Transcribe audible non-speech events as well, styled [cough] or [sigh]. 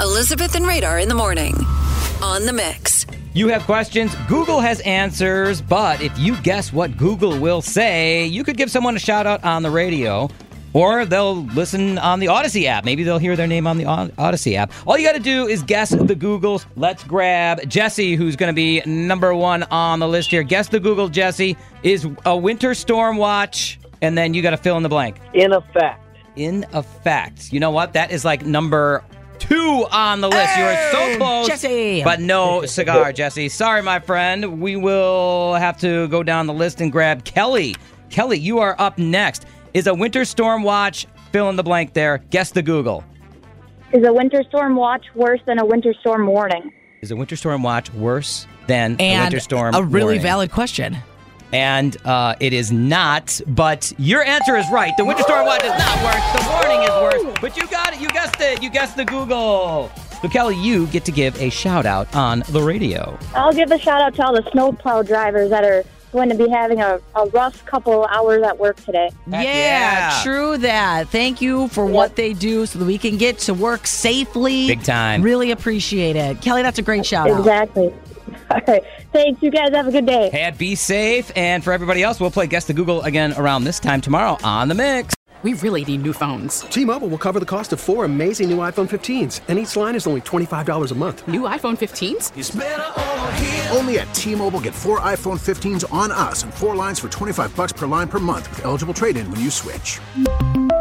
Elizabeth and Radar in the morning on the mix. You have questions, Google has answers, but if you guess what Google will say, you could give someone a shout out on the radio. Or they'll listen on the Odyssey app. Maybe they'll hear their name on the O- Odyssey app. All you got to do is guess the Googles. Let's grab Jesse, who's going to be number one on the list here. Guess the Google, Jesse, is a winter storm watch, and then you got to fill in the blank. In effect. In effect, you know what? That is like number two on the list. you are so close, Jesse. But no cigar, Jesse. Sorry, my friend. We will have to go down the list and grab Kelly. Kelly, you are up next. Is a winter storm watch fill in the blank there? Guess the Google. Is a winter storm watch worse than a winter storm warning? Is a winter storm watch worse than a and winter storm? a really warning? valid question. And uh, it is not, but your answer is right. The winter storm watch is not worse. The warning is worse. But you got it. You guessed it. You guessed the Google. So, Kelly, you get to give a shout out on the radio. I'll give a shout out to all the snowplow drivers that are going to be having a, a rough couple hours at work today. Heck yeah. true that. Thank you for what they do so that we can get to work safely. Big time. Really appreciate it. Kelly, that's a great shout out. Exactly. [laughs] All right. Thanks. You guys have a good day. And be safe. And for everybody else, we'll play Guess the Google again around this time tomorrow on the mix. We really need new phones. T-Mobile will cover the cost of four amazing new iPhone 15s, and each line is only $25 a month. New iPhone 15s? Only at T-Mobile, get four iPhone 15s on us and four lines for 25 bucks per line per month with eligible trade-in when you switch.